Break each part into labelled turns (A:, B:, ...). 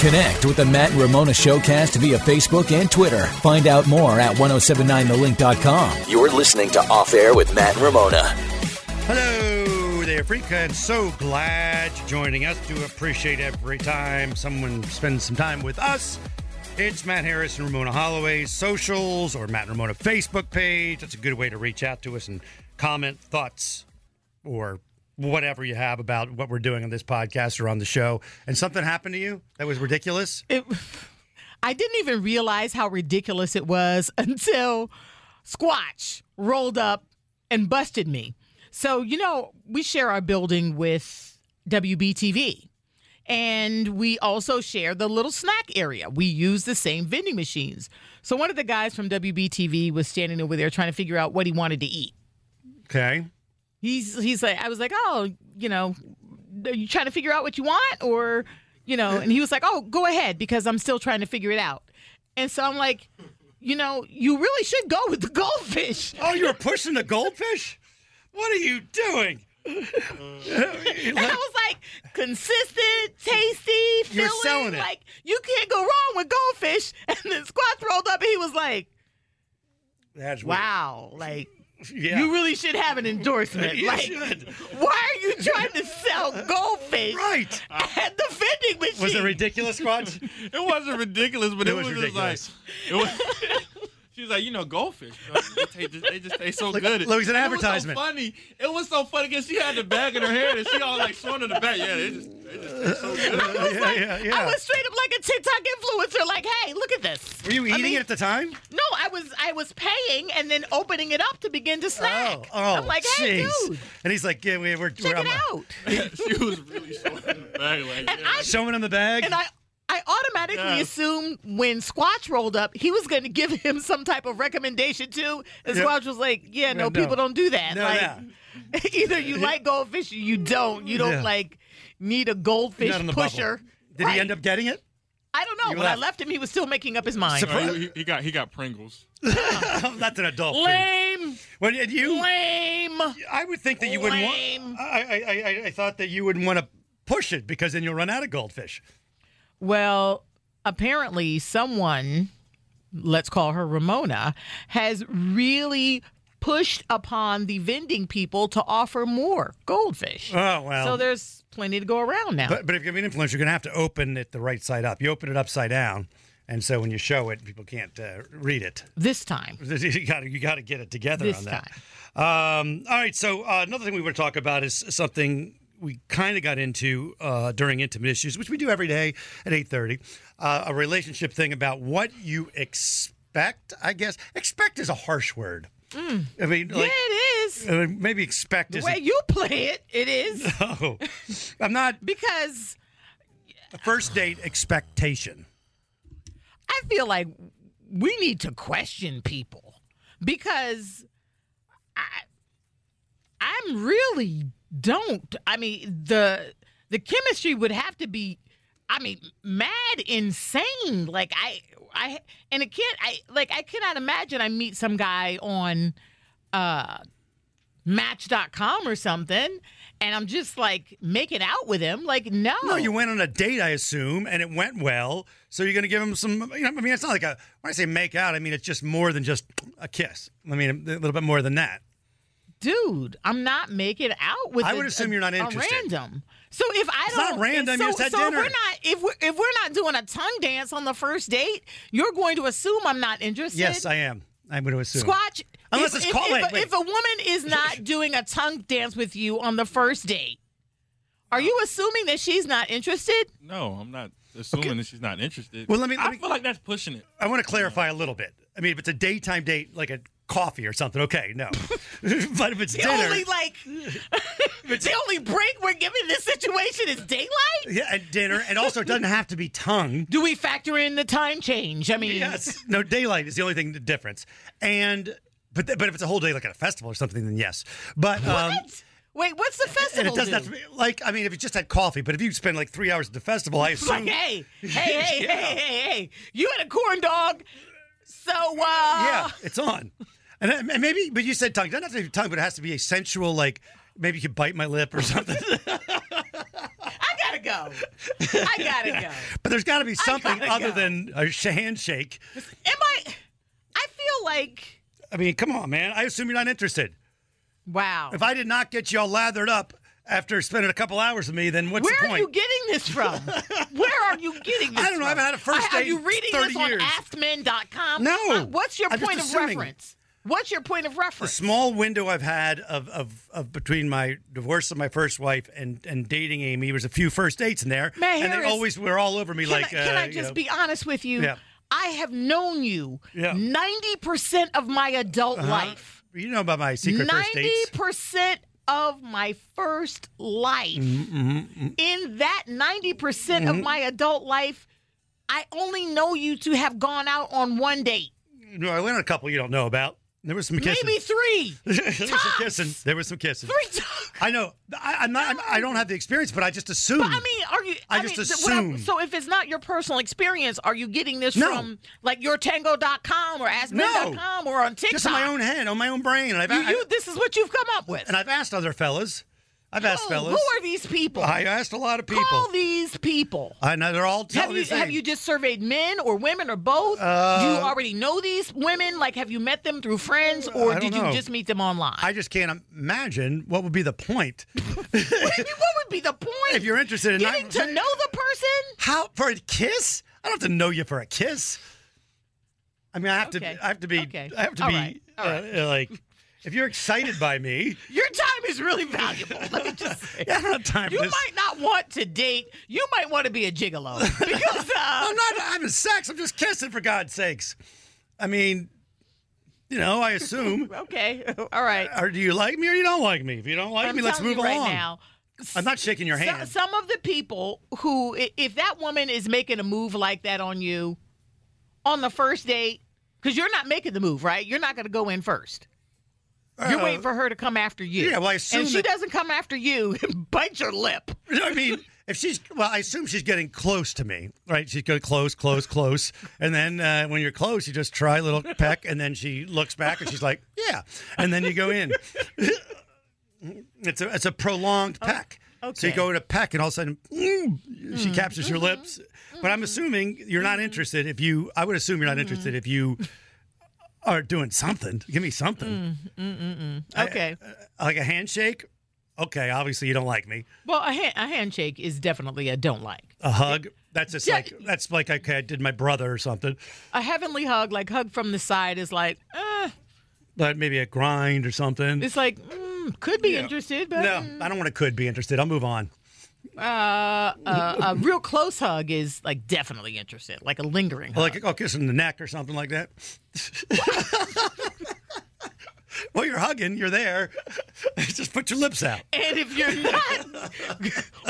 A: Connect with the Matt and Ramona Showcast via Facebook and Twitter. Find out more at 1079thelink.com. You're listening to Off Air with Matt and Ramona.
B: Hello there, Freaka, and so glad you're joining us. Do appreciate every time someone spends some time with us. It's Matt Harris and Ramona Holloway socials or Matt and Ramona Facebook page. That's a good way to reach out to us and comment thoughts or whatever you have about what we're doing on this podcast or on the show. And something happened to you that was ridiculous.
C: It, I didn't even realize how ridiculous it was until Squatch rolled up and busted me. So, you know, we share our building with WBTV. And we also share the little snack area. We use the same vending machines. So one of the guys from WBTV was standing over there trying to figure out what he wanted to eat.
B: Okay.
C: He's he's like I was like, "Oh, you know, are you trying to figure out what you want or, you know?" And he was like, "Oh, go ahead because I'm still trying to figure it out." And so I'm like, "You know, you really should go with the goldfish."
B: Oh, you were pushing the goldfish? What are you doing? You're
C: And I
B: like-
C: was like, consistent, tasty, filling.
B: You're selling it.
C: Like you can't go wrong with goldfish. And then Squatch rolled up and he was like,
B: That's weird.
C: "Wow, like
B: Yeah.
C: you really should have an endorsement.
B: You
C: like,
B: should.
C: why are you trying to sell goldfish
B: right.
C: at the vending machine?"
B: Was it ridiculous, Squatch?
D: It wasn't ridiculous, but
B: It
D: it,
B: was
D: was,
B: ridiculous.
D: just like it was, she was like, you know, goldfish. bro, They taste, they just taste so
B: Look-
D: good.
B: look, it's an
D: It
B: advertisement.
D: was so funny. It was so funny because she had the bag in her hand and she all like showing in the back. Yeah, they just, they just taste so good.
B: yeah, yeah, yeah.
C: I was straight up like a TikTok influencer. Like, hey, look at this.
B: were you eating it at the time?
C: No, I was I was paying and then opening it up to begin to snack.
B: Oh, oh,
C: I'm like, hey,
B: jeez.
C: dude,
B: And he's like, yeah, we- we're,
C: check
B: we're
C: it
B: I'm,
C: out.
D: she was really showing in the bag. Like, yeah,
C: I-
B: showing him the bag.
C: And I, I automatically
D: Yeah.
C: assumed when Squatch rolled up, he was going to give him some type of recommendation too. And
B: Yeah.
C: Squatch was like, "Yeah, no,
B: no.
C: people don't do that.
B: No,
C: like,
B: yeah.
C: either you like goldfish or you don't. You don't
B: Yeah.
C: like need a
B: You're
C: goldfish
B: not in the bubble.
C: pusher."
B: Did he
C: Right.
B: end up getting it?
C: I don't know.
B: You
C: when I
B: left.
C: left him, he was still making up his mind.
B: Surprise.
D: Right, he, he got he got Pringles.
B: Oh, That's an adult. thing.
C: lame,
B: When and you,
C: lame.
B: I would think that you wouldn't
C: Lame.
B: want. I, I, I, I thought that you wouldn't want to push it because then you'll run out of goldfish.
C: Well, apparently, someone, let's call her Ramona, has really pushed upon the vending people to offer more goldfish.
B: Oh well.
C: so there's plenty to go around now.
B: but, but if you're an influencer, you're gonna have to open it the right side up. You open it upside down, and so when you show it, people can't uh, read it.
C: this time,
B: You got to you got to get it together
C: This
B: on that. Um, all right. So uh, another thing we want to talk about is something we kind of got into uh, during intimate issues, which we do every day at eight thirty. Uh, a relationship thing about what you expect. I guess expect is a harsh word. I mean,
C: yeah,
B: like
C: it is.
B: I mean, maybe expect
C: Mm. The
B: is.
C: way you play it, it is
B: Oh, I'm not
C: because
B: first date expectation.
C: I feel like we need to question people because I I'm really don't. I mean the the chemistry would have to be I mean mad insane like I I and it can't I like I cannot imagine I meet some guy on uh match.com or something and I'm just like making out with him like no
B: No, you went on a date, I assume, and it went well. So you're going to give him some. You know, I mean, it's not like a. When I say make out, I mean it's just more than just a kiss. I mean, a little bit more than that.
C: dude, I'm not making out with.
B: I
C: a-
B: would assume
C: a-
B: you're not
C: a
B: interested.
C: random. So if I
B: It's
C: don't,
B: not random,
C: So,
B: you just had
C: so if
B: dinner.
C: we're not if we're, if we're not doing a tongue dance on the first date, you're going to assume I'm not interested.
B: Yes, I am. I'm going to assume.
C: Squatch.
B: Unless
C: if,
B: it's
C: if,
B: call-
C: if,
B: wait,
C: a,
B: wait.
C: if a woman is not doing a tongue dance with you on the first date, are you assuming that she's not interested?
D: No, I'm not assuming that she's not interested.
B: Well, let me- let
D: I
B: me-
D: feel like that's pushing it.
B: I want to clarify a little bit. I mean, if it's a daytime date, like a coffee or something, okay, no. but if it's
C: The
B: dinner,
C: only like the only break we're giving this situation is daylight.
B: yeah, at dinner, and also it doesn't have to be tongue.
C: Do we factor in the time change? I mean,
B: Yes, no daylight is the only thing the difference. And but th- but if it's a whole day like at a festival or something, then yes. But um,
C: What? Wait, what's the
B: and
C: festival?
B: it doesn't
C: do?
B: have to be like I mean, if you just had coffee, but if you spend like three hours at the festival, I
C: It's like,
B: assume
C: hey, hey, hey,
B: Mm. Yeah.
C: hey, hey, hey, you had a corn dog, so uh,
B: Yeah, it's on. And, then- and maybe, but you said tongue. It doesn't have to be tongue, but it has to be a sensual, like, maybe you could bite my lip or something.
C: I gotta go. I gotta go.
B: but there's got to be something
C: gotta
B: other
C: go.
B: than a sh- handshake.
C: Am I? I feel like
B: I mean, come on, man. I assume you're not interested.
C: wow.
B: If I did not get you all lathered up after spending a couple hours with me, then what's
C: Where
B: the
C: are
B: point?
C: you getting this from? Where are you getting this
B: I don't know. I
C: from?
B: haven't had a first
C: Are
B: date
C: you
B: in
C: reading
B: 30
C: this on
B: years.
C: AskMen.com?
B: No.
C: Uh, What's your
B: I'm just
C: point of
B: assuming.
C: reference? What's your point of
B: the
C: reference?
B: small window I've had of, of, of between my divorce of my first wife and, and dating Amy was a few first dates in there,
C: Man,
B: and they
C: Harris,
B: always were all over me.
C: Can,
B: like,
C: I, can
B: uh,
C: I
B: you
C: just
B: know.
C: be honest with you?
B: Yeah.
C: I have known you
B: Yeah. Uh-huh.
C: 90% of my adult life.
B: You know about my secret first dates.
C: Ninety percent of my first life.
B: Mm-hmm,
C: In that ninety percent of my adult life, I only know you to have gone out on one date,
B: No, I went on a couple you don't know about. There was some kissing.
C: maybe three.
B: there was some kissing. There was some kissing.
C: Three times.
B: I know. I, I'm not. I'm, I don't have the experience, but I just assume.
C: But I mean, are you?
B: I
C: I,
B: just
C: mean, th- what I-
B: assume.
C: so if it's not your personal experience, are you getting this
B: No.
C: from like yourtango.com or AskMen.com or on TikTok?
B: just on my own head, on my own brain, and I've
C: You,
B: I-
C: you- this is what you've come up with.
B: and I've asked other fellas. I've asked
C: Who-
B: fellas.
C: Who are these people?
B: I asked a lot of people.
C: Call these people.
B: I know they're all telling
C: Have
B: me
C: you
B: the same. Uh,
C: have you just surveyed men or women or both? Do you already know these women? Like, have you met them through friends,
B: I
C: or
B: don't
C: did you
B: know.
C: just meet them online?
B: I just can't imagine what would be the point
C: what, do you- what would be the point?
B: if you're interested in
C: getting
B: not-
C: to know the person,
B: How for a kiss? I don't have to know you for a kiss. I mean, I have
C: Okay.
B: to. I have to be.
C: Okay.
B: I have to
C: All
B: be
C: right. All right.
B: uh, like. If you're excited by me,
C: your time is really valuable. Let me just say.
B: I don't have time
C: You
B: for this.
C: might not want to date. You might want to be a gigolo because uh,
B: I'm not having sex. I'm just kissing, for God's sakes. I mean, you know, I assume.
C: okay, all right.
B: or do you like me or you don't like me? If you don't like
C: I'm
B: me, let's
C: telling
B: move
C: you right
B: along.
C: now.
B: I'm not shaking your
C: So,
B: hand.
C: some of the people who, i- if that woman is making a move like that on you on the first date, because you're not making the move, right? You're not going to go in first. You're
B: Uh,
C: waiting for her to come after you.
B: yeah, well, I assume
C: and if she
B: that-
C: doesn't come after you, bite your lip.
B: You know what I mean, if she's well, I assume she's getting close to me, right? She's going close, close, close, and then uh, when you're close, you just try a little peck, and then she looks back and she's like, "Yeah," and then you go in. It's a it's a prolonged peck. So you
C: okay.
B: go in a peck, and all of a sudden, mm, she captures your lips. But I'm assuming you're not interested if you. I would assume you're not interested if you are doing something. Give me something
C: Okay.
B: uh, like a handshake. Okay, obviously you don't like me.
C: well, a, ha- a handshake is definitely a don't like.
B: A hug. That's just
C: Yeah.
B: like that's like okay, I did my brother or something,
C: A heavenly hug, like hug from the side, is like, eh,
B: but maybe a grind or something.
C: it's like, mm, could be interested, but
B: No, I don't want to. Could be interested. I'll move on.
C: uh, uh, a real close hug is like definitely interested, like a lingering hug.
B: Like I'll kiss him in the neck or something like that. well, you're hugging. You're there. just put your lips out.
C: And if you're not,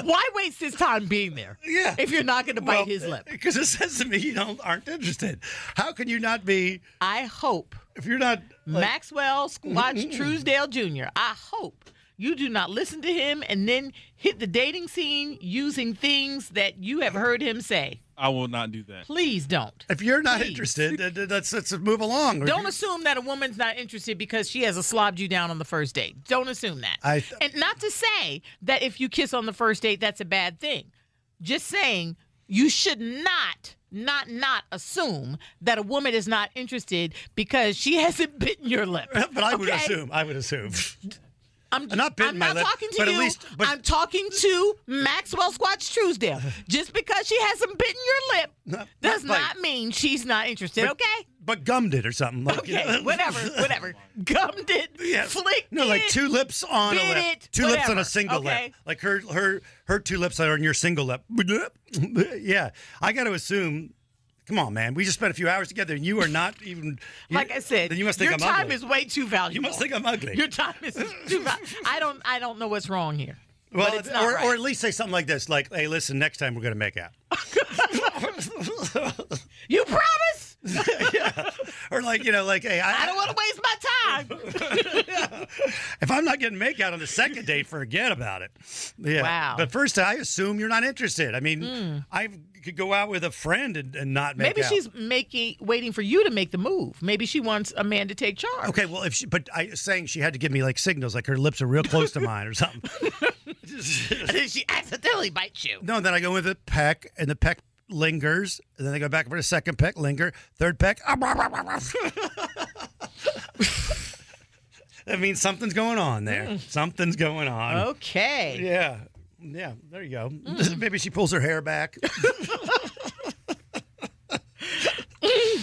C: why waste his time being there?
B: Yeah. uh,
C: If you're not going to bite his lip,
B: because it says to me you don't aren't interested. How can you not be
C: I hope
B: if you're not?
C: Maxwell Squatch Truesdale Jr. I hope you do not listen to him and then hit the dating scene using things that you have heard him say.
D: I will not do that.
C: Please don't.
B: If you're not
C: Please.
B: interested, th- th- let's let's move along. Or
C: Don't
B: you-
C: assume that a woman's not interested because she has a slobbed you down on the first date. Don't assume that.
B: I th-
C: and not to say that if you kiss on the first date, that's a bad thing. Just saying you should not, not, not assume that a woman is not interested because she hasn't bitten your lip.
B: But I would
C: okay?
B: assume. I would assume.
C: I'm,
B: I'm not bitten
C: I'm
B: my
C: not
B: lip,
C: talking to
B: but at
C: you.
B: least- but-
C: I'm talking to Maxwell Squatch Truesdale. Just because she hasn't bitten your lip does
B: not bite.
C: not mean she's not interested, okay?
B: but gummed it or something. Like,
C: Okay, whatever, whatever. Gummed it,
B: Yeah.
C: flicked
B: No, like
C: it.
B: two lips on a
C: bit
B: lip.
C: it,
B: two lips on a
C: whatever,
B: single lip.
C: okay?
B: Like her her her two lips are on your single lip. yeah. I gotta assume Come on, man. We just spent a few hours together, and you are not even. you-
C: Like I said,
B: then you must think
C: your
B: I'm
C: time
B: ugly.
C: is way too valuable.
B: You must think I'm ugly.
C: Your time is too valuable. I don't. I don't know what's wrong here.
B: well,
C: but it's not
B: or,
C: right.
B: or at least say something like this: like, "Hey, listen, next time we're gonna make out."
C: You promise?
B: yeah. Or like, you know, like, "Hey, I,
C: I don't want to waste my time.
B: if I'm not getting make out on the second date, forget about it. Yeah.
C: Wow. Hmm.
B: But first, I assume you're not interested. I mean, I could go out with a friend and, and not make
C: Maybe
B: out.
C: she's making, waiting for you to make the move. Maybe she wants a man to take charge.
B: Okay, well, if she, but I saying she had to give me like signals, like her lips are real close to mine or something.
C: Then she accidentally bites you.
B: No, and then I go with a peck, and the peck lingers, and then I go back for the second peck, linger, third peck. ah, rah, rah, rah, rah. that means something's going on there. Something's going on.
C: Okay.
B: Yeah. Yeah, there you go.
C: Mm.
B: Maybe she pulls her hair back.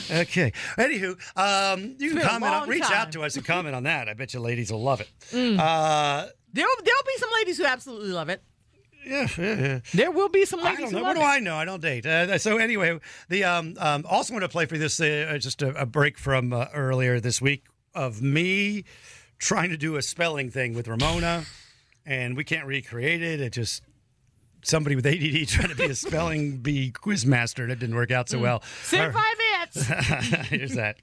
B: okay. Anywho, um, you can
C: been a
B: comment on,
C: long
B: reach
C: time. Mm.
B: out to us and comment on that. I bet you ladies will love it. Uh,
C: There'll, there'll be some ladies who absolutely love it.
B: yeah, yeah, yeah.
C: There will be some
B: I
C: ladies
B: don't
C: who
B: know. What
C: love
B: do
C: it.
B: I know? I don't date. Uh, so anyway, the um, um also want to play for this uh, just a, a break from uh, earlier this week of me trying to do a spelling thing with Ramona, and we can't recreate it. It just somebody with ADD trying to be a spelling bee quiz master, and it didn't work out Mm. so well.
C: Send five ants.
B: Here's that.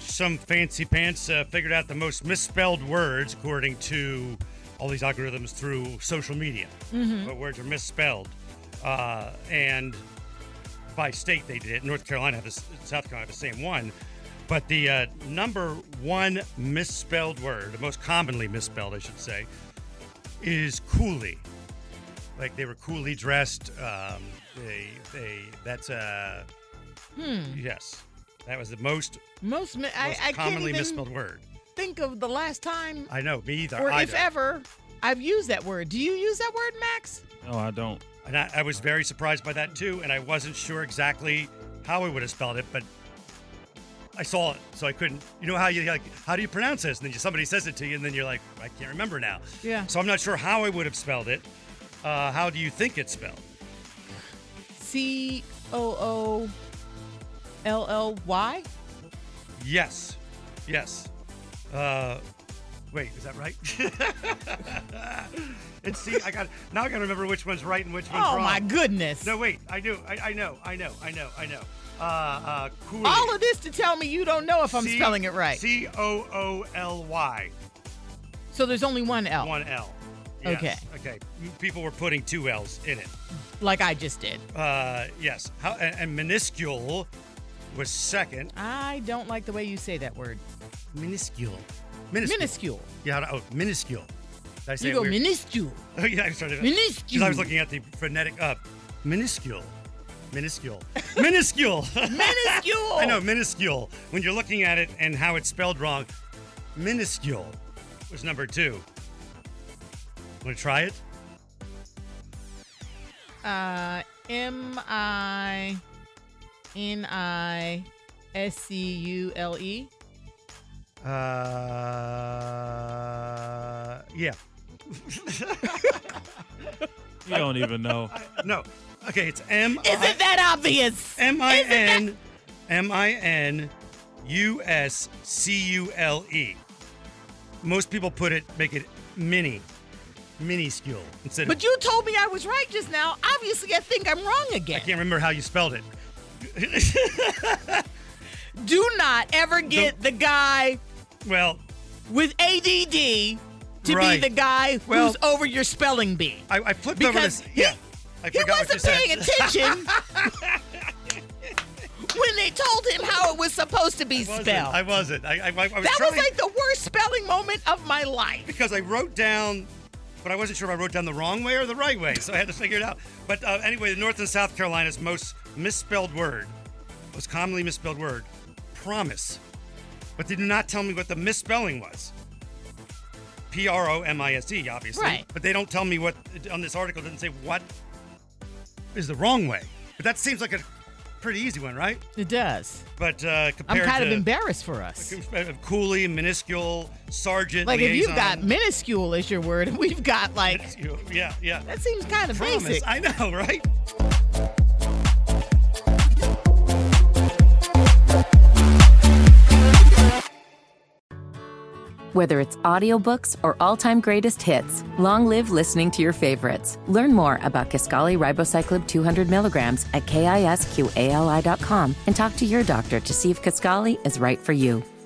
B: Some fancy pants uh, figured out the most misspelled words according to all these algorithms through social media. What words are misspelled? Uh, and by state, they did it. North Carolina, have the, s- South Carolina, have the same one. But the uh, number one misspelled word, the most commonly misspelled, I should say, is coolie. Like they were coolly dressed. Um, they, they, that's uh, Yes. That was the most,
C: Most, mi- I,
B: most
C: I can't
B: commonly
C: even
B: misspelled word.
C: think of the last time,
B: I know, me either.
C: or
B: I
C: if
B: don't.
C: ever, I've used that word. Do you use that word, Max?
D: No, I don't.
B: And I, I was very surprised by that too, and I wasn't sure exactly how I would have spelled it, but I saw it, so I couldn't. You know how you like? How do you pronounce this? And then you- somebody says it to you, and then you're like, I can't remember now.
C: Yeah.
B: So I'm not sure how I would have spelled it. Uh, how do you think it's spelled?
C: C O O L L Y.
B: Yes. Yes. Uh, wait, is that right? and see, I got now. I got to remember which one's right and which one's
C: Oh
B: wrong.
C: my goodness!
B: No, wait. I do. I, I know. I know. I know. I know. Uh, uh, Cooley.
C: All of this to tell me you don't know if I'm
B: C-
C: spelling it right.
B: C O O L Y.
C: so there's only one L,
B: One L. Yes.
C: Okay.
B: Okay. People were putting two L's in it.
C: like I just did.
B: Uh, yes. How, and, and minuscule was second.
C: I don't like the way you say that word.
B: Minuscule. Minuscule.
C: Minuscule.
B: Yeah. I don't- Oh, minuscule. Did I say
C: You
B: it
C: go
B: weird?
C: minuscule.
B: Oh, yeah, I started. Because
C: Minuscule.
B: I was looking at the phonetic up. Minuscule. Minuscule. Minuscule.
C: Minuscule.
B: I know, minuscule. When you're looking at it and how it's spelled wrong, minuscule was number two. Want to try it?
C: Uh, M I N I S C U L E.
B: Uh, yeah.
D: You don't even know.
B: No. Okay, it's M
C: Isn't
B: I
C: that obvious?
B: M I N M I N U S C U L E. Most people put it, make it mini, minuscule instead of.
C: But you told me I was right just now. Obviously, I think I'm wrong again.
B: I can't remember how you spelled it.
C: Do not ever get the guy
B: Well,
C: with ADD to
B: Right.
C: be the guy
B: Well-
C: who's over your spelling bee.
B: I, I flipped over
C: Because
B: this. yeah, I
C: He
B: forgot what you
C: wasn't paying
B: said.
C: attention when they told him how it was supposed to be
B: I wasn't.
C: spelled.
B: I wasn't. I, I, I was
C: that
B: trying
C: was like the worst spelling moment of my life.
B: because I wrote down, but I wasn't sure if I wrote down the wrong way or the right way, so I had to figure it out. But uh, anyway, the North and South Carolina's most misspelled word, most commonly misspelled word, promise. But they did not tell me what the misspelling was. P R O M I S E, obviously.
C: Right.
B: But they don't tell me what on this article it doesn't say what is the wrong way. But that seems like a pretty easy one, right?
C: It does.
B: But uh,
C: I'm
B: compared
C: kind
B: to
C: of embarrassed for us.
B: Cooley, minuscule, sergeant.
C: Like if you've got
B: liaison.
C: minuscule as your word, and we've got like
B: yeah, yeah.
C: that seems kind of
B: Promise,
C: basic.
B: I know, right?
E: Whether it's audiobooks or all-time greatest hits, long live listening to your favorites. Learn more about Kaskali Ribocyclib 200 milligrams at kisqali.com and talk to your doctor to see if Kaskali is right for you.